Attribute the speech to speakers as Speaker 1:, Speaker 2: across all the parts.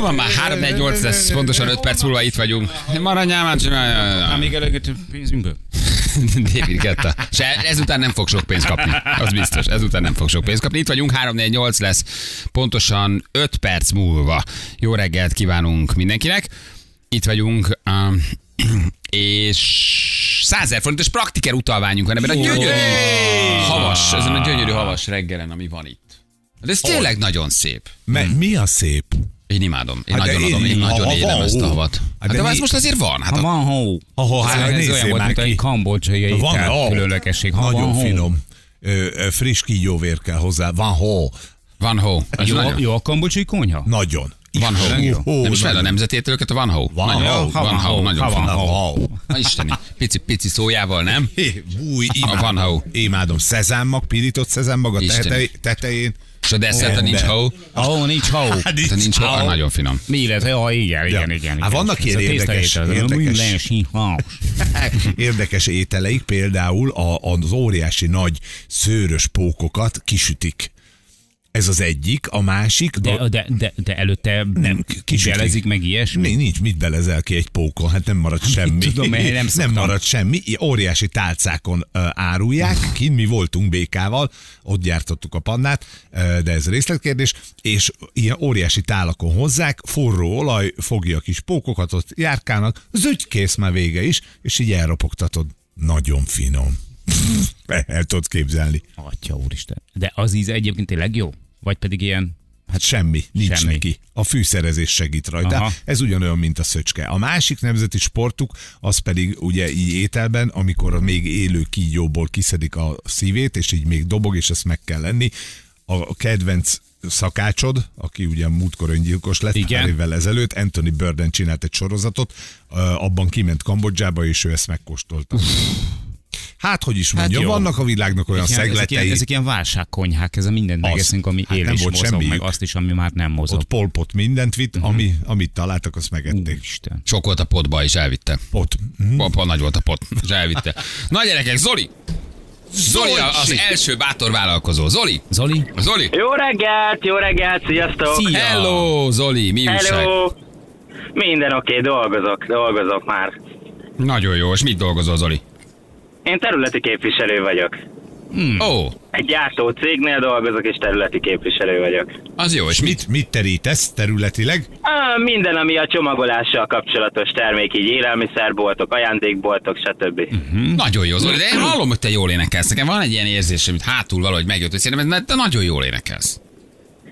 Speaker 1: van már? 3 4 8 lesz, pontosan 5 perc múlva itt vagyunk. Maradjál már, csinálj.
Speaker 2: Amíg elögetünk pénzünkből.
Speaker 1: David Getta. Se, ezután nem fog sok pénzt kapni. Az biztos. Ezután nem fog sok pénzt kapni. Itt vagyunk, 348 lesz. Pontosan 5 perc múlva. Jó reggelt kívánunk mindenkinek. Itt vagyunk. Um, és 100 ezer forintos praktiker utalványunk van ebben a gyönyörű havas, ezen a gyönyörű havas reggelen, ami van itt. De ez tényleg nagyon szép.
Speaker 3: Me- mi a szép?
Speaker 1: Én imádom. Én
Speaker 3: Hát de
Speaker 1: nagyon adom,
Speaker 3: én-
Speaker 1: én
Speaker 3: ha
Speaker 1: nagyon
Speaker 3: van
Speaker 1: élem
Speaker 3: hó.
Speaker 1: ezt a havat. Hát
Speaker 3: Hát
Speaker 1: de,
Speaker 3: de
Speaker 1: ez
Speaker 3: mi-
Speaker 1: most azért van. Hát
Speaker 2: Ha
Speaker 1: a,
Speaker 2: van hó.
Speaker 3: Ha ho, hát
Speaker 2: ez olyan
Speaker 3: nézzél
Speaker 2: volt,
Speaker 3: már
Speaker 2: mint
Speaker 3: ki.
Speaker 2: egy kambodzsai
Speaker 3: Van
Speaker 2: étel
Speaker 3: hó.
Speaker 2: különlegesség. Ha
Speaker 3: Nagyon
Speaker 2: van hó.
Speaker 3: finom. Ö, ö, friss kígyóvér kell hozzá. Van hó.
Speaker 1: van hó. Ez
Speaker 2: Jó,
Speaker 1: nagyon-
Speaker 2: jó a kambodzsai konyha?
Speaker 3: Nagyon.
Speaker 1: Van hó.
Speaker 3: Jó.
Speaker 1: Nem is fel a
Speaker 3: Nagyon.
Speaker 1: nemzetétőket, a van hó.
Speaker 3: Van
Speaker 1: Nagyon-
Speaker 3: hó.
Speaker 1: Van hó. Nagyon
Speaker 2: Ha van
Speaker 1: finom.
Speaker 3: Van hó.
Speaker 1: Na Isteni, pici, pici szójával, nem?
Speaker 3: Hé, Búj,
Speaker 1: A
Speaker 3: imádom.
Speaker 1: van hó.
Speaker 3: Imádom. Szezámmag, pirított szezámmag a
Speaker 1: Istenem.
Speaker 3: tetej- tetején.
Speaker 1: És a desszert,
Speaker 3: Ó,
Speaker 1: ha nincs
Speaker 3: de.
Speaker 1: hó,
Speaker 2: Ahol nincs hó.
Speaker 3: Hát
Speaker 1: ha nincs hó, az
Speaker 3: hó.
Speaker 1: nagyon finom.
Speaker 2: Mi illetve, ha igen, igen,
Speaker 3: Ja.
Speaker 2: igen.
Speaker 3: Hát
Speaker 2: igen.
Speaker 3: vannak ilyen
Speaker 2: Ez a
Speaker 3: érdekes-
Speaker 2: tésztaétel, de
Speaker 3: érdekes-
Speaker 2: Minden sínhaus.
Speaker 3: Érdekes ételeik, például a, az óriási nagy szőrös pókokat kisütik. Ez az egyik, a másik...
Speaker 2: De, de, de, de előtte nem
Speaker 3: kisütik.
Speaker 2: kizselezik meg ilyesmi?
Speaker 3: Mi- Nincs, mit belezel ki egy pókon, hát nem marad semmi.
Speaker 2: tudom, én nem
Speaker 3: nem
Speaker 2: szoktam.
Speaker 3: marad semmi, Ilyen óriási tálcákon ö, árulják, kint mi voltunk békával, ott gyártottuk a pannát, ö, de ez részletkérdés, és ilyen óriási tálakon hozzák, forró olaj, fogja a kis pókokat, ott járkálnak, zügy, kész már vége is, és így elropogtatod. Nagyon finom. El tudod képzelni.
Speaker 2: Atya úristen. De az íz egyébként tényleg jó? Vagy pedig ilyen
Speaker 3: Hát semmi, nincs
Speaker 2: Semmi.
Speaker 3: semmi. neki. A fűszerezés segít rajta.
Speaker 2: Aha.
Speaker 3: Aha. Ez ugyanolyan, mint a szöcske. A másik nemzeti sportuk, az pedig ugye így ételben, amikor a még élő kígyóból kiszedik a szívét, és így még dobog, és ezt meg kell lenni. A a kedvenc szakácsod, aki ugye múltkor öngyilkos lett
Speaker 2: Igen.
Speaker 3: pár évvel ezelőtt, Anthony Burden csinált egy sorozatot, ö, abban kiment Kambodzsába, és ő ezt megkóstolta. Hát, hogy is mondjam,
Speaker 2: jó.
Speaker 3: hát vannak a világnak olyan
Speaker 2: Igen, ezek
Speaker 3: szegletei,
Speaker 2: ilyen, ezek ilyen válságkonyhák, ez a mindent
Speaker 3: Az.
Speaker 2: megeszünk, ami
Speaker 3: Hát
Speaker 2: él
Speaker 3: nem
Speaker 2: és
Speaker 3: volt
Speaker 2: mozog,
Speaker 3: semmiük.
Speaker 2: meg azt is, ami már nem mozog.
Speaker 3: ott polpot mindent vitt,
Speaker 1: Mhm.
Speaker 3: ami, amit találtak, azt megették.
Speaker 2: Úristen.
Speaker 1: Sok volt a potba, és elvitte.
Speaker 3: Ott. Mm.
Speaker 1: Papa nagy volt a pot, és elvitte. Na gyerekek, Zoli! Zoli a- az első bátor vállalkozó. Zoli!
Speaker 2: Zoli?
Speaker 1: Zoli!
Speaker 4: Jó reggelt, jó reggelt, sziasztok!
Speaker 2: Szia!
Speaker 1: Hello, Zoli, mi újság?
Speaker 4: Hello! Minden oké, okay, dolgozok, dolgozok már.
Speaker 1: Nagyon jó, és mit dolgozol, Zoli?
Speaker 4: Én területi képviselő vagyok.
Speaker 1: Ó,
Speaker 4: Egy gyártó cégnél dolgozok, és területi képviselő vagyok.
Speaker 1: az jó, és mit?
Speaker 3: Mit, mit terítesz területileg?
Speaker 4: Á, minden, ami a csomagolással kapcsolatos termék, így élelmiszerboltok, ajándékboltok, stb.
Speaker 2: Hm.
Speaker 1: Nagyon jó, Zoli, de én hallom, hogy te jól énekelsz. Nekem van egy ilyen érzésem, hogy hátul valahogy megjött, hogy szerintem ez- te nagyon jól énekelsz.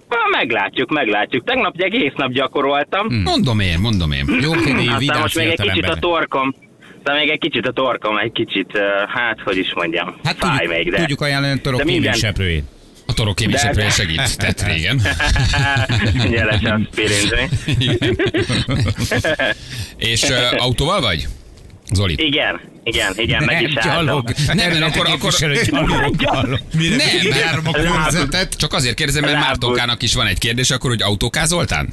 Speaker 4: Á, meglátjuk, meglátjuk. Tegnap egy egész nap gyakoroltam,
Speaker 2: Hm,
Speaker 1: Mondom én, mondom én. Jó,
Speaker 2: Oké,
Speaker 4: aztán
Speaker 2: vidám
Speaker 4: most még egy kicsit a
Speaker 2: fiatalember.
Speaker 4: torkom, de még egy kicsit a torkom, egy kicsit, ö, hát, hogy is mondjam,
Speaker 2: Hát
Speaker 4: fáj még,
Speaker 2: tudjuk,
Speaker 4: de...
Speaker 2: tudjuk ajánlani a torok
Speaker 4: De minden-
Speaker 2: kéményseprőjét.
Speaker 1: A torokém is
Speaker 4: De-
Speaker 1: ebből segít, tett régen.
Speaker 4: Nyelesen spirinzni.
Speaker 1: Igen. És ö, autóval vagy? Zoli.
Speaker 4: Igen, igen, igen, meg is álltam.
Speaker 1: Nem, nem, akkor, akkor...
Speaker 3: Mire
Speaker 1: Nem,
Speaker 3: járom a
Speaker 4: Lábad.
Speaker 3: körzetet?
Speaker 1: Csak azért kérdezem, mert
Speaker 4: Rábul.
Speaker 1: Mártonkának is van egy kérdés, akkor, hogy autóká Zoltán?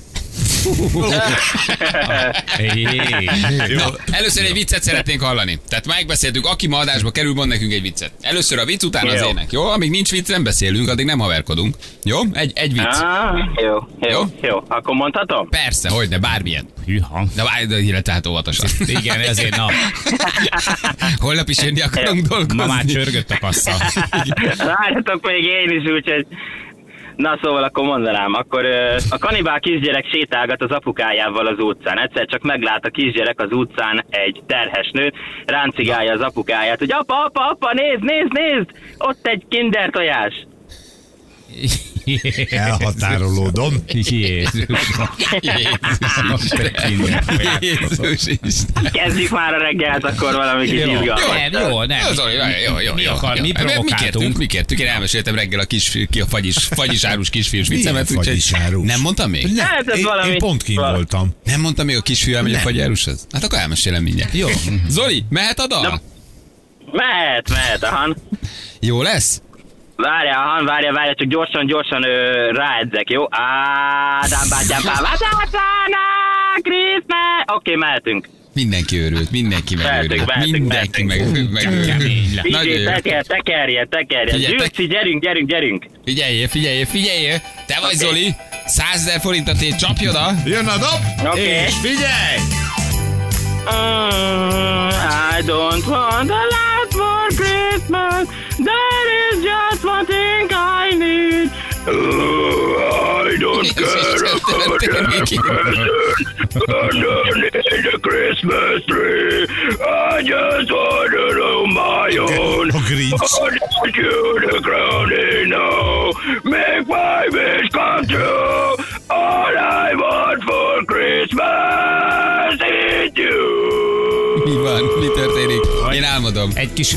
Speaker 3: Jó.
Speaker 1: Na, először egy viccet szeretnénk hallani. Tehát megbeszéltük, aki ma adásba kerül, mond nekünk egy viccet. Először a vicc, utána az
Speaker 4: Jó.
Speaker 1: ének. Jó? Amíg nincs vicc, nem beszélünk, addig nem haverkodunk. Jó? Egy, egy vicc.
Speaker 4: Á, jó,
Speaker 1: Jó?
Speaker 4: jó, jó. Akkor mondhatom?
Speaker 1: Persze, hogy ne, bármilyen.
Speaker 2: Hűha.
Speaker 1: De várj, de híre tehát óvatosan.
Speaker 2: Igen, ezért na.
Speaker 1: Holnap is jönni akarunk dolgozni.
Speaker 2: Ma már csörgött a kassa.
Speaker 4: Várjatok még én is, úgyhogy... Na szóval akkor mondanám, akkor ö, a kanibál kisgyerek sétálgat az apukájával az utcán. Egyszer csak meglát a kisgyerek az utcán egy terhes nőt, ráncigálja az apukáját, hogy apa, apa, apa, nézd, nézd, nézd! Ott egy kinder tojás.
Speaker 3: Elhatárolódom.
Speaker 2: Jézus.
Speaker 1: Jézus Isten. Jézus Isten.
Speaker 4: Kezdjük már a reggelt, akkor valami kis
Speaker 2: Jó,
Speaker 4: izgalmas.
Speaker 2: nem, jó, nem.
Speaker 1: Jó, Zoli, jó, jó, jó,
Speaker 2: Mi
Speaker 1: jó,
Speaker 2: akar-
Speaker 1: jó.
Speaker 2: mi
Speaker 1: Hát, Mi
Speaker 2: provokáltunk?
Speaker 1: kértünk, mi kértünk. Én elmeséltem reggel a, kis, ki a fagyis, fagyisárus kisfiús viccemet. úgyhogy-
Speaker 3: Milyen fagyisárus?
Speaker 1: Nem mondtam még?
Speaker 3: Nem,
Speaker 4: Hát ez
Speaker 3: én,
Speaker 4: valami-
Speaker 3: én pont kín
Speaker 4: valami.
Speaker 3: voltam.
Speaker 1: Nem mondtam még a kisfiú elmegy a fagyárushoz? Hát akkor elmesélem mindjárt. Jó. Zoli, mehet a dal?
Speaker 4: Na. Mehet, mehet, ahan.
Speaker 1: Jó lesz?
Speaker 4: Várjál, han, várjál, várjál, csak gyorsan, gyorsan ö, ráedzek, jó? Ádám bátyám, pávázátana, Krisztmás! Oké, okay, mehetünk.
Speaker 1: Mindenki őrült, mindenki
Speaker 4: Mehetünk,
Speaker 1: megőrült. Hát
Speaker 4: mehetünk,
Speaker 1: Mindenki meg-
Speaker 4: mehetünk.
Speaker 1: megőrült. Nagyon
Speaker 4: Figyelj,
Speaker 1: jó.
Speaker 4: tekerje, tekerje, tekerje.
Speaker 1: Figyelj,
Speaker 4: Gyűjtszi, gyerünk, gyerünk, gyerünk.
Speaker 1: Figyeljél, figyeljél, figyeljél. Te vagy
Speaker 4: Oké.
Speaker 1: Zoli. 100 ezer forintot én csapj oda.
Speaker 3: Jön a dob,
Speaker 4: Oké.
Speaker 3: és figyelj!
Speaker 4: Mm, I don't want a lot for Christmas. There is just one thing I need. Uh, I don't care about underneath the Christmas tree. I just want to know my own.
Speaker 3: A Grinch.
Speaker 4: I want you to crown it now. Make my wish come true. All I want for Christmas is you.
Speaker 1: Mi van? Mi történik? Én álmodom.
Speaker 2: Egy kis...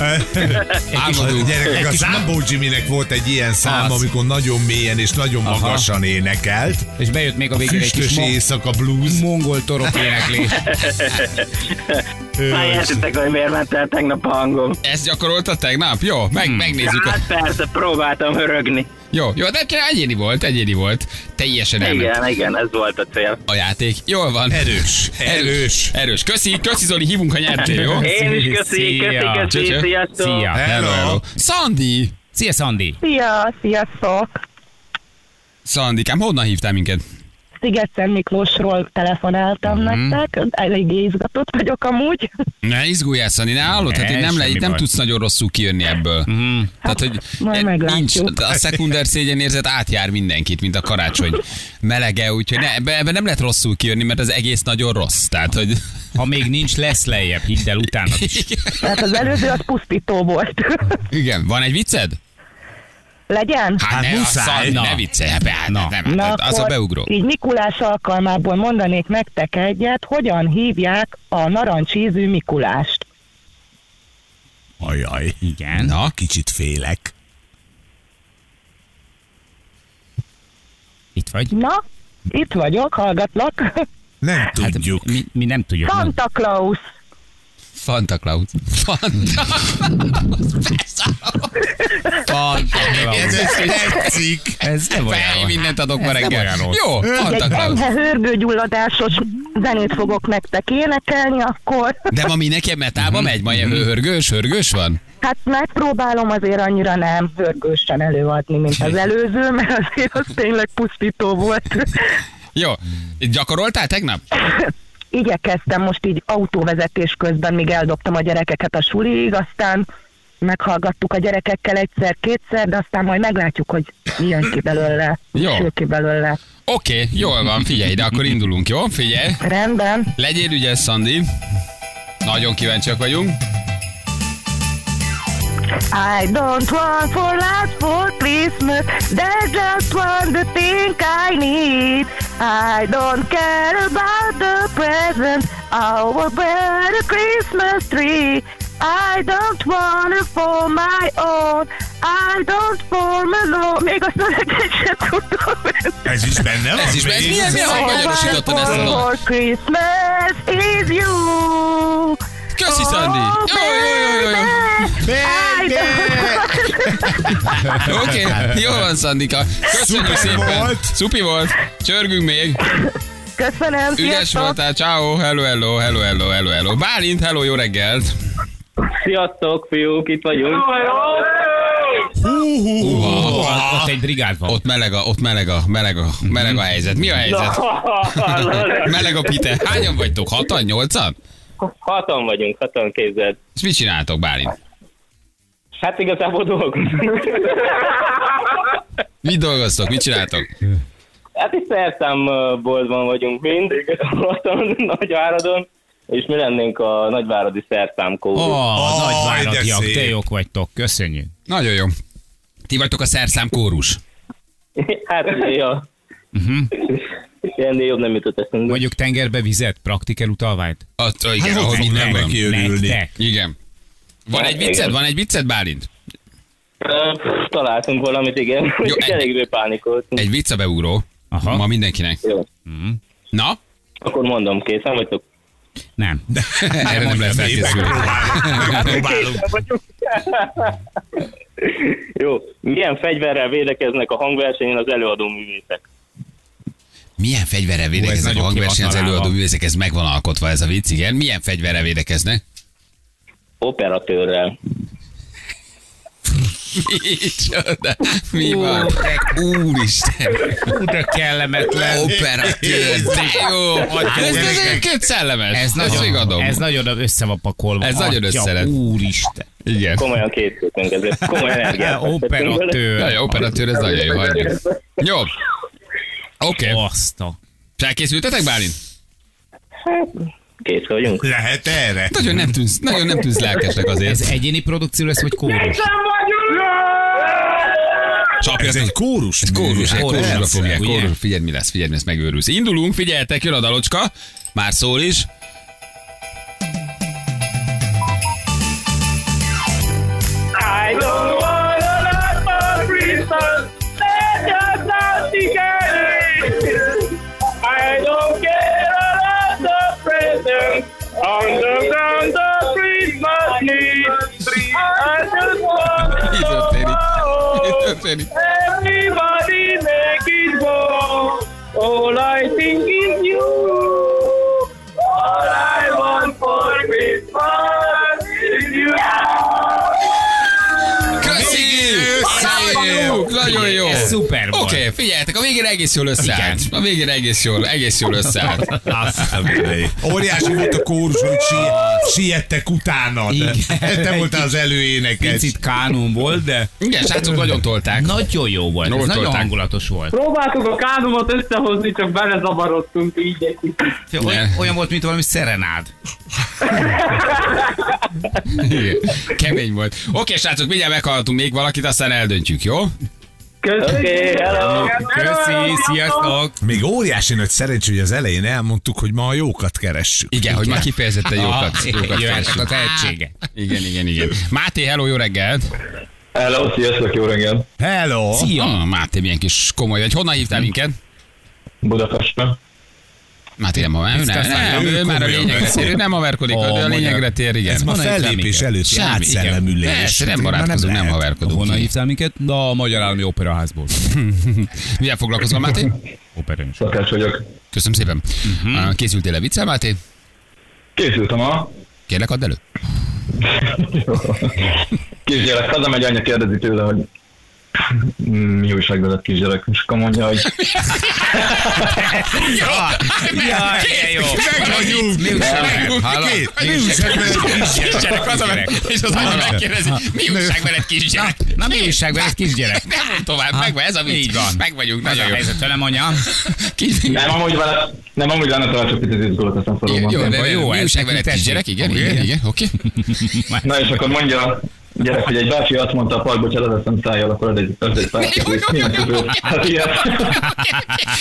Speaker 1: Álmodunk.
Speaker 3: Gyerekek, a Számbó Jiminek volt egy ilyen szám,
Speaker 1: Az.
Speaker 3: amikor nagyon mélyen és nagyon
Speaker 2: Aha.
Speaker 3: magasan énekelt.
Speaker 2: És bejött még a végén egy
Speaker 3: Füstös
Speaker 2: kis mo-
Speaker 3: éjszaka blues.
Speaker 2: mongol torok éneklés.
Speaker 3: Ő-
Speaker 4: Na, értitek, hogy miért ment el tegnap a hangom.
Speaker 1: Ezt gyakoroltad tegnap? Jó, meg, megnézzük. A...
Speaker 4: Hát persze, próbáltam örögni.
Speaker 1: Jó, jó, de egyéni volt, egyéni volt. Teljesen elment
Speaker 4: Igen, igen, ez volt a cél.
Speaker 1: a játék. Jól van.
Speaker 3: Erős, erős.
Speaker 1: Erős. Köszi, köszi Zoli, hívunk, ha nyertél, jó?
Speaker 4: Én is köszi, köszi,
Speaker 2: Szia.
Speaker 4: köszi,
Speaker 1: Csöcsö.
Speaker 4: sziasztok.
Speaker 2: Szia.
Speaker 3: Hello.
Speaker 1: Szandi!
Speaker 2: Szia, Szandi.
Speaker 5: Szia, sziasztok!
Speaker 1: Szandikám, honnan hívtál minket?
Speaker 5: Szigeszen Miklósról telefonáltam
Speaker 1: Mhm.
Speaker 5: mm. nektek, elég izgatott vagyok amúgy.
Speaker 1: Ne izguljál, Szani, ne hallod? Hát
Speaker 2: Ne,
Speaker 1: itt nem, le,
Speaker 2: semmi
Speaker 1: itt nem
Speaker 2: baj.
Speaker 1: tudsz nagyon rosszul kijönni ebből. Mm. Tehát, hogy
Speaker 5: Hát, majd
Speaker 1: e- nincs,
Speaker 5: meglátjuk.
Speaker 1: a szekunder szégyenérzet átjár mindenkit, mint a karácsony melege, úgyhogy ne, ebbe, ebbe nem lehet rosszul kijönni, mert az egész nagyon rossz. Tehát, hogy
Speaker 2: Ha még nincs, lesz lejjebb, hidd el utána.
Speaker 5: Tehát Hát az előző az pusztító volt.
Speaker 1: igen, van egy vicced?
Speaker 5: Legyen?
Speaker 1: Hát, ne,
Speaker 3: muszáj.
Speaker 1: Szandi,
Speaker 2: Na.
Speaker 1: ne viccelj, hát, hát,
Speaker 2: Na.
Speaker 1: nem, hát, hát, az a beugró.
Speaker 5: így Mikulás alkalmából mondanék nektek egyet, hogyan hívják a narancsízű Mikulást.
Speaker 3: Ajaj.
Speaker 2: Igen.
Speaker 3: Na, kicsit félek.
Speaker 2: Itt vagy?
Speaker 5: Na, itt vagyok, hallgatlak.
Speaker 3: Nem
Speaker 1: Hát-
Speaker 3: tudjuk.
Speaker 2: Mi, mi nem tudjuk. mondani.
Speaker 5: Santa Claus.
Speaker 1: Fanta Claus. Fanta Claus. Fanta
Speaker 3: Ez,
Speaker 1: Claus.
Speaker 3: ez tetszik.
Speaker 2: Ez nem
Speaker 1: Fej,
Speaker 2: olyan.
Speaker 1: mindent adok ma
Speaker 2: Ez nem
Speaker 1: reggel.
Speaker 2: olyan rossz.
Speaker 1: Jó, Fanta
Speaker 5: Egy
Speaker 1: Claus.
Speaker 5: enyhe hörgőgyulladásos zenét fogok nektek énekelni, akkor
Speaker 1: De ma mindenki metába megy, ma ilyen hörgős, hörgős van?
Speaker 5: hát megpróbálom azért annyira nem hörgősen előadni, mint az előző, mert azért az tényleg pusztító volt.
Speaker 1: Jó. Gyakoroltál tegnap?
Speaker 5: Igyekeztem most így autóvezetés közben, még eldobtam a gyerekeket a suliig, aztán meghallgattuk a gyerekekkel egyszer-kétszer, de aztán majd meglátjuk, hogy mi jön ki belőle, mi
Speaker 1: Jó.
Speaker 5: sül ki belőle.
Speaker 1: Oké, jól van, figyelj, de akkor indulunk, jó? Figyelj.
Speaker 5: Rendben.
Speaker 1: Legyél ügyes, Szandi. Nagyon kíváncsiak vagyunk.
Speaker 5: I don't want for last for Christmas. There's just one the thing I need. I don't care about the present. Our better Christmas tree. I don't want it for my own. I don't for my own. Még azt mondják, sem tudom.
Speaker 3: Ez is benne van.
Speaker 1: Ez is benne-
Speaker 3: még?
Speaker 1: ez milyen- milyen-
Speaker 5: All I want
Speaker 1: meggyakorosítottan ezt a dalt.
Speaker 5: for Christmas is you.
Speaker 1: Köszi, Szandi. Jó, jó, jó, jó, jó.
Speaker 5: I don't
Speaker 1: Oké, jól van, Szandika. Köszönjük
Speaker 3: Szuper
Speaker 1: szépen.
Speaker 3: volt.
Speaker 1: Szupi volt. Csörgünk még.
Speaker 5: Tá Köszönöm,
Speaker 1: Ügyes
Speaker 5: sziasztok!
Speaker 1: voltál. Ciao, hello, hello, hello, hello, hello, hello. Bálint, hello, jó reggelt.
Speaker 4: Sziasztok, fiúk, itt vagyunk.
Speaker 1: Uha,
Speaker 2: Ott, ott egy brigád van.
Speaker 1: Ott meleg a, ott meleg a, meleg a, meleg a helyzet. Mi a helyzet? Meleg a pite. Hányan vagytok? Hatan, nyolcan?
Speaker 4: Hatan vagyunk, hatan képzeld.
Speaker 1: És mit csináltok, Bálint?
Speaker 4: Hát igazából dolgozunk.
Speaker 1: Mit dolgoztok? Mit csináltok?
Speaker 4: Hát itt szerszámboltban vagyunk mind, ott a Nagyváradon, és mi lennénk a nagyváradi szerszámkódus.
Speaker 2: Ó,
Speaker 1: Ah.
Speaker 4: Oh.
Speaker 2: oh,
Speaker 3: Aj,
Speaker 2: nagyváradiak,
Speaker 3: de szép.
Speaker 2: te jók vagytok, köszönjük.
Speaker 1: Nagyon jó. Ti vagytok a szerszám kórus.
Speaker 4: Hát, ja.
Speaker 1: Mhm.
Speaker 4: Uh-huh. Ennél jobb nem jutott eszembe.
Speaker 2: Mondjuk tengerbe vizet, praktikel utalványt.
Speaker 1: Ott, ó, igen,
Speaker 3: Hát
Speaker 1: hát,
Speaker 3: ott
Speaker 1: ahol minden
Speaker 3: tudnánk
Speaker 1: van.
Speaker 3: neki. Kiörülni.
Speaker 2: Nektek.
Speaker 1: Igen.
Speaker 4: Hát,
Speaker 1: Van egy vicced? Van egy vicced, Bálint?
Speaker 4: Ö, pff, Találtunk valamit, igen. Jó,
Speaker 1: egy-
Speaker 4: Eléggé pánikoltunk.
Speaker 1: Egy vicce beugró. Aha.
Speaker 2: Aha.
Speaker 1: Ma mindenkinek.
Speaker 4: Jó.
Speaker 1: Na?
Speaker 4: Akkor mondom, készen vagytok?
Speaker 2: Nem.
Speaker 1: Erre nem lehet
Speaker 3: Én
Speaker 1: felkészülni.
Speaker 3: megpróbálom. Megpróbálom.
Speaker 4: Jó. Milyen fegyverrel védekeznek a hangversenyen az előadó művészek?
Speaker 1: Milyen fegyverrel
Speaker 2: Hú, ez
Speaker 1: védekeznek a
Speaker 2: nagyon
Speaker 1: hangverseny az
Speaker 2: kivatalálva.
Speaker 1: előadó művészek? Ez megvan alkotva ez a vicc, igen. Milyen fegyverrel védekeznek?
Speaker 4: Operatőrrel.
Speaker 1: Micsoda? Mi van? Úristen!
Speaker 2: Oda kellemetlen.
Speaker 1: Operatőr, de jó! hát
Speaker 2: Adja,
Speaker 1: Ez
Speaker 2: gyerekek.
Speaker 1: egyébként szellemes.
Speaker 2: Ez
Speaker 1: Ezt
Speaker 2: nagyon,
Speaker 1: megadom.
Speaker 2: ez nagyon össze van pakolva.
Speaker 1: Ez nagyon
Speaker 2: Atya
Speaker 1: össze lett.
Speaker 2: Úristen.
Speaker 1: Igen.
Speaker 4: Komolyan készültünk ezért. Komoly energiát. fektettünk bele.
Speaker 1: Jaj,
Speaker 2: Operatőr.
Speaker 1: operatőr, ez nagyon jó, hagyjuk. Jó. Oké. Okay.
Speaker 2: Azt a...
Speaker 1: Elkészültetek, Bálint?
Speaker 4: Kész vagyunk.
Speaker 3: Lehet erre?
Speaker 1: Nagyon nem tűnsz, nagyon nem tűnsz lelkesnek azért.
Speaker 2: Ez egyéni produkció lesz, vagy kórus?
Speaker 1: Csapja
Speaker 3: Ez
Speaker 1: az-
Speaker 3: egy kórus.
Speaker 1: Ez kórus, egy kórusra
Speaker 3: Persze.
Speaker 1: fogják.
Speaker 2: ugye?
Speaker 1: Kórus, figyelj, mi lesz, figyelj, mi lesz, megőrülsz. Indulunk, figyeljetek, jön a dalocska. Már szól is.
Speaker 6: I don't want a lot for Christmas. Let's just not together. I don't care about the presents on the ground of Christmas tree. I just want
Speaker 1: Mi
Speaker 6: to
Speaker 1: történik? Mi
Speaker 6: know
Speaker 1: történik?
Speaker 6: everybody make it go. All I think is you. All I want for Christmas is you.
Speaker 1: Köszi! Szálljuk! Nagyon jó!
Speaker 2: Ez szuper volt.
Speaker 1: Oké, figyeljetek, a végén egész jól összeállt. A végén egész jól, egész jól összeállt.
Speaker 3: Azt a
Speaker 2: Hát,
Speaker 3: mindenit. Óriási volt a kórus, hogy sie- siettek utána. Te,
Speaker 2: Igen.
Speaker 3: te voltál az előénekes.
Speaker 2: Picit kánum volt, de...
Speaker 1: Igen, srácok, nagyon tolták.
Speaker 2: Nagyon jó volt, ez
Speaker 1: Jól
Speaker 2: nagyon
Speaker 1: tolták.
Speaker 2: hangulatos volt.
Speaker 6: Próbáltuk a kánumot összehozni, csak belezavarodtunk így egy kicsit.
Speaker 2: Olyan, olyan volt, mint valami szerenád.
Speaker 1: Igen. Kemény volt. Oké, srácok, mindjárt meghallgatunk még valakit, aztán eldöntjük, jó?
Speaker 6: Köszönjük!
Speaker 4: Oké, hello.
Speaker 2: Köszi, sziasztok!
Speaker 3: Még óriási nagy szerencsé, hogy az elején elmondtuk, hogy ma a jókat keressük.
Speaker 1: Igen, hogy már kifejezetten jókat,
Speaker 2: Ah,
Speaker 1: jókat
Speaker 2: Jöhetnek a
Speaker 1: keresünk.
Speaker 2: tehetsége.
Speaker 1: Igen, igen, igen. Máté, hello, jó reggelt!
Speaker 7: Hello, sziasztok, jó reggel.
Speaker 3: Hello!
Speaker 1: Szia! Ah, Máté, milyen kis komoly vagy. Honnan hívtál minket?
Speaker 7: Budapestre.
Speaker 1: Máté nem haver. Ő, nem, nem,
Speaker 3: ő
Speaker 1: ő már a
Speaker 3: komolyan
Speaker 1: lényegre
Speaker 3: beszél.
Speaker 1: tér. Ő nem haverkodik,
Speaker 2: Ó,
Speaker 1: ő a lényegre
Speaker 2: mondja.
Speaker 1: tér, igen.
Speaker 3: Ez ma
Speaker 1: Honnan hívtál
Speaker 3: fellépés
Speaker 1: minket?
Speaker 3: előtti
Speaker 1: Semmi, igen.
Speaker 3: átszellemülés.
Speaker 1: Persze,
Speaker 3: Tehát
Speaker 1: nem
Speaker 3: már nem
Speaker 1: barátkozunk, nem
Speaker 3: lehet.
Speaker 1: haverkodunk. ki.
Speaker 2: hívtál minket? Na, a Magyar Állami Operaházból.
Speaker 1: Mivel foglalkozol, Máté?
Speaker 2: Operőn.
Speaker 7: Szakács vagyok.
Speaker 1: Köszönöm szépen. Uh-huh. Készültél-e viccel, Máté?
Speaker 7: Készültem a...
Speaker 1: Kérlek, add elő.
Speaker 7: Kisgyerek hazamegy, anya kérdezi tőle, hogy mi újság veled kisgyerek, és akkor mondja, hogy
Speaker 2: Jaj, de jó.
Speaker 1: Mi
Speaker 3: Két- mi újság veled, kisgyerek?
Speaker 1: Kisgyerek az, és az anya megkérdezi, mi újság veled kisgyerek?
Speaker 2: Na, mi újság veled, kisgyerek?
Speaker 1: Nem mondom tovább, megvan ez a vicc.
Speaker 2: Így van.
Speaker 1: Meg vagyunk,
Speaker 2: Az a
Speaker 1: nagyon jó.
Speaker 2: helyzet velem, anya.
Speaker 1: Kis-
Speaker 7: nem amúgy vele, nem amúgy lenne talán csak picit izgulott a
Speaker 1: Jó,
Speaker 7: szakoromban.
Speaker 1: jó,
Speaker 2: van,
Speaker 1: de
Speaker 2: jó,
Speaker 1: jó, mi
Speaker 2: ez
Speaker 1: újság
Speaker 2: nekünk
Speaker 1: veled kisgyerek?
Speaker 2: tetszik.
Speaker 1: Igen, igen,
Speaker 2: Oké.
Speaker 1: igen, oké.
Speaker 7: Na és akkor mondja a gyerek, hogy egy bácsi azt mondta a parkba, hogy eladeszem szájjal, akkor ad egy, ad egy pár kérdést. Milyen tudó? Hát ilyen.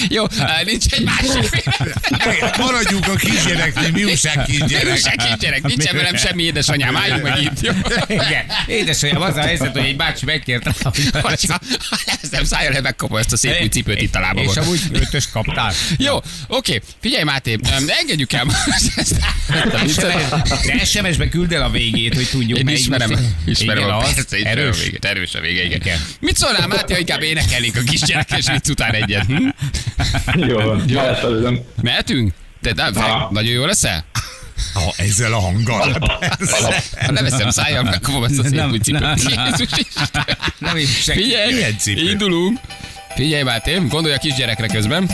Speaker 1: Jó, á, nincs egy másik.
Speaker 3: Maradjunk a kisgyereknél, mi újság
Speaker 1: Gyerek,
Speaker 3: kisgyerek?
Speaker 1: se kisgyerek, nincsen velem semmi édesanyám, álljunk meg itt, jó?
Speaker 2: Igen. Édesanyám, az a helyzet, hogy egy bácsi megkérte.
Speaker 1: Hogyha ha leszem szájjal, hogy megkapom ezt a szép új cipőt itt a
Speaker 2: És
Speaker 1: lábamon.
Speaker 2: amúgy ötös kaptál.
Speaker 1: Jó, oké, figyelj Máté, öm, engedjük el most ezt. ezt a viccet.
Speaker 2: De SMS-be küld el a végét, hogy tudjuk,
Speaker 1: Én
Speaker 2: melyik
Speaker 1: ismerem,
Speaker 2: most-
Speaker 1: ismerem
Speaker 2: Igen,
Speaker 1: a
Speaker 2: az.
Speaker 1: percet, ismerem a
Speaker 2: Erős.
Speaker 1: végét, erős a vége, igen.
Speaker 2: Igen.
Speaker 1: Mit szólnál Máté, ha inkább énekelnénk a kisgyerekes vicc után egyet? Hm?
Speaker 7: Jó, van. már ezt előzöm.
Speaker 1: Mehetünk? Te, de,
Speaker 7: Ha.
Speaker 1: nagyon jó leszel?
Speaker 3: Ha ezzel a hanggal. persze.
Speaker 1: Ha leveszem szájjal, megkapom ezt a szép
Speaker 2: Nem,
Speaker 1: új
Speaker 2: nem.
Speaker 1: cipőt. Jézus Isten.
Speaker 2: Nem is senki.
Speaker 1: Figyelj,
Speaker 3: Milyen cipő?
Speaker 1: indulunk. Figyelj, Máté, gondolj a kisgyerekre közben.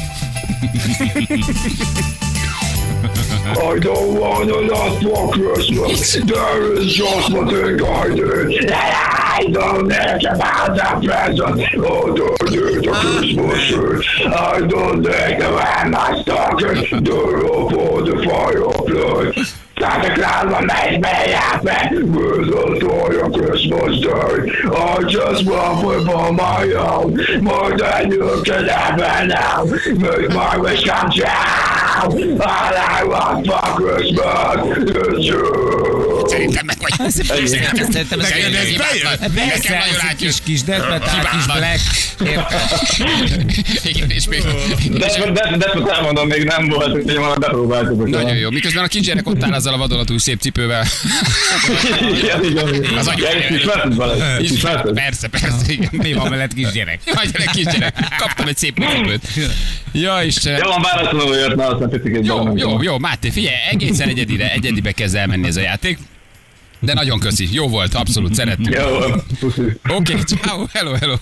Speaker 8: I don't want a lot for Christmas. There is just one thing I need. I don't need about the present. Oh, do do the Christmas tree. I don't think about my stocking. Do you for the fireplace? Santa Claus will make me happy with a toy on Christmas Day. I just want it for my own, more than you can ever know. Make my wish come true. All I want for Christmas is you.
Speaker 1: Szerintem meg vagy.
Speaker 2: Szerintem ez
Speaker 1: Neked ez
Speaker 2: bejött.
Speaker 1: bejött? Nekem
Speaker 2: Persze,
Speaker 1: nagyon
Speaker 2: ez egy
Speaker 1: átjött.
Speaker 2: kis kis detmetál, kis
Speaker 1: Hibátlan.
Speaker 2: black.
Speaker 1: Igen, és még...
Speaker 7: De, de, de, de elmondom, még nem volt, úgyhogy már bepróbáltuk.
Speaker 1: Nagyon jó. Miközben a kisgyerek ott áll azzal a vadonatúj szép cipővel.
Speaker 7: Igen, igen, igen. Az
Speaker 1: Az agyuk
Speaker 7: agyuk.
Speaker 1: előtt.
Speaker 7: Ismerted vele?
Speaker 8: Hát,
Speaker 1: És-
Speaker 7: Ismerted?
Speaker 1: Persze, persze, igen.
Speaker 2: Mi van veled, kisgyerek?
Speaker 1: Jaj, gyerek, kisgyerek. Kaptam egy szép új cipőt. Ja, eh, Istenem.
Speaker 7: Jó, van, válaszoló jött, na aztán picit egy
Speaker 1: Jó, jó, jó, Máté, figyelj, egészen egyedire, egyedibe kezd elmenni ez a játék. De nagyon köszi. Jó volt, abszolút szerettük.
Speaker 7: Jó, puszi.
Speaker 1: Oké, okay, ciao, hello, hello.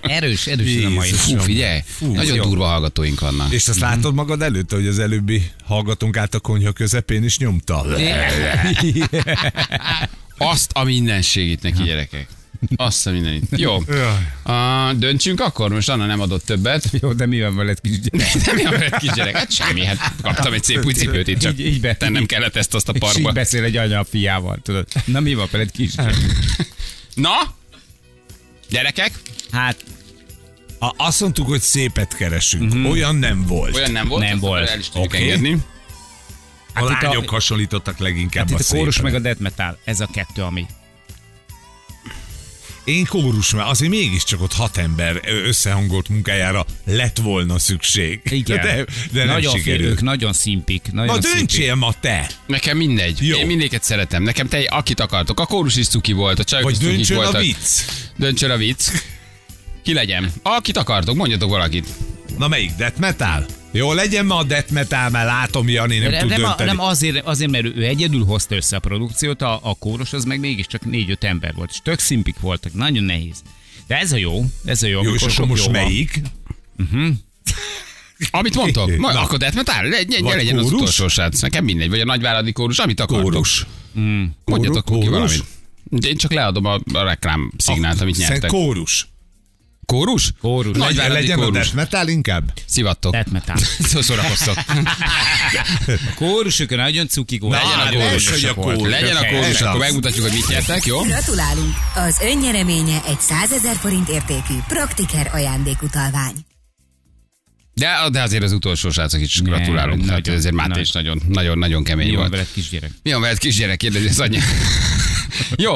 Speaker 2: Erős, erős a mai
Speaker 1: Jézus, Fú, figyelj, nagyon
Speaker 3: jó.
Speaker 1: durva hallgatóink vannak.
Speaker 3: És azt látod magad előtt, hogy az előbbi hallgatunk át a konyha közepén is nyomta?
Speaker 1: Azt a mindenségét neki, gyerekek. Azt a mindenit. Jó. Uh, döntsünk akkor? Most Anna nem adott többet.
Speaker 2: Jó, de mi van veled kis
Speaker 1: Nem jön veled kisgyerek. Hát semmi, hát kaptam egy szép új cipőt, itt csak
Speaker 2: Így- így be-
Speaker 1: tennem kellett ezt azt a
Speaker 2: És így
Speaker 1: parba.
Speaker 2: beszél egy anya a fiával, tudod. Na mi van veled kis
Speaker 1: Na? Gyerekek,
Speaker 2: Hát
Speaker 3: A, azt mondtuk, hogy szépet keresünk. Olyan nem volt.
Speaker 1: olyan nem volt.
Speaker 2: Mhm. Nem
Speaker 1: azt
Speaker 2: volt.
Speaker 1: El is tudjuk
Speaker 3: Oké.
Speaker 1: engedni.
Speaker 3: A
Speaker 2: itt a-
Speaker 3: lányok hasonlítottak leginkább
Speaker 2: Hát itt a
Speaker 3: a
Speaker 2: kórus
Speaker 3: szépre.
Speaker 2: meg a death metal, ez a kettő, ami.
Speaker 3: Én kórus, mert azért mégiscsak ott hat ember ö- összehangolt munkájára lett volna szükség.
Speaker 2: Igen.
Speaker 3: De, de nem
Speaker 2: nagyon fél,
Speaker 3: sikerült.
Speaker 2: ők nagyon szimpik. Nagyon
Speaker 3: Na
Speaker 2: szimpik.
Speaker 3: döntsél ma te!
Speaker 1: Nekem mindegy.
Speaker 3: Jó.
Speaker 1: Én mindéket szeretem. Nekem te, akit akartok. A kórus is cuki volt, a csajok
Speaker 3: Vagy
Speaker 1: is cukik
Speaker 3: döntsön a
Speaker 1: voltak.
Speaker 3: vicc!
Speaker 1: Döntsön a vicc. Ki legyen? Akit akartok, mondjatok valakit.
Speaker 3: Na melyik? Death Metal? Jó, legyen ma a Death Metal, mert látom, Jani nem
Speaker 2: Nem,
Speaker 3: tud
Speaker 2: nem, a,
Speaker 3: dönteni.
Speaker 2: nem azért, azért, mert ő egyedül hozta össze a produkciót, a, a kóros az meg mégiscsak négy-öt ember volt, és tök szimpik voltak, nagyon nehéz. De ez a jó, ez a jó.
Speaker 3: Jó,
Speaker 2: amikor
Speaker 3: és akkor
Speaker 2: sok
Speaker 3: most
Speaker 2: jó van.
Speaker 3: melyik?
Speaker 1: Amit mondtok, majd
Speaker 3: Na.
Speaker 1: akkor de hát tár, legyen,
Speaker 3: Vagy
Speaker 1: legyen az
Speaker 3: kórus?
Speaker 1: utolsó srác. Nekem mindegy, vagy a nagyváradi kórus, amit akartok.
Speaker 3: Kórus.
Speaker 1: Mondjatok ki
Speaker 3: Kórus?
Speaker 1: valamit. De én csak leadom a, a reklám szignált, amit
Speaker 3: Szerint
Speaker 1: nyertek.
Speaker 3: Kórus.
Speaker 1: Kórus?
Speaker 2: Kórus.
Speaker 3: Legyen,
Speaker 1: Nagyváradi
Speaker 3: legyen a
Speaker 1: kórus.
Speaker 3: Death Metal inkább?
Speaker 1: Szivattok.
Speaker 2: Death metal.
Speaker 1: Szó- Szórakoztok.
Speaker 2: A kórusok nagyon cukik volt.
Speaker 1: Legyen a
Speaker 3: hát
Speaker 1: kórus.
Speaker 3: ez, hogy a kórus.
Speaker 1: Legyen a kórus,
Speaker 3: Ez
Speaker 1: akkor
Speaker 3: az.
Speaker 1: megmutatjuk, hogy mit nyertek, jó?
Speaker 9: Gratulálunk! Az önnyereménye egy 100 ezer forint értékű Praktiker ajándékutalvány.
Speaker 1: De, de azért az utolsó srácok is
Speaker 2: Nem,
Speaker 1: gratulálunk. Hát
Speaker 2: nagyon,
Speaker 1: ezért Máté is nagyon, nagyon, nagyon kemény
Speaker 2: Mi van
Speaker 1: volt.
Speaker 2: hát veled kisgyerek?
Speaker 1: Mi van veled kisgyerek? Kérdezi az anyja. Jó,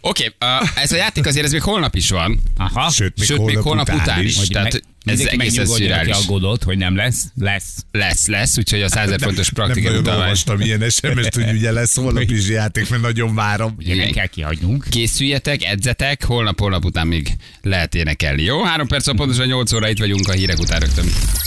Speaker 1: oké, uh, ez a játék azért ez még holnap is van,
Speaker 2: Aha.
Speaker 3: Sőt, még,
Speaker 1: sőt, még holnap után is.
Speaker 2: Hogy
Speaker 1: Tehát
Speaker 2: meg-
Speaker 1: ez
Speaker 2: mindenki
Speaker 1: egészen
Speaker 2: megnyugodjon, aki
Speaker 1: szürreális.
Speaker 2: aggódott, hogy nem lesz, lesz.
Speaker 1: Lesz, lesz, úgyhogy a 100 fontos
Speaker 3: Nem
Speaker 1: praktikai
Speaker 3: nagyon
Speaker 1: utalvány.
Speaker 3: olvastam ilyen SMS-t, hogy ugye lesz holnap is játék, mert nagyon várom.
Speaker 2: Ugye nem kell kihagynunk.
Speaker 1: Készüljetek, edzetek, holnap, holnap után még lehet énekelni. Jó, három perc, pontosan 8 óra itt vagyunk a hírek után rögtön.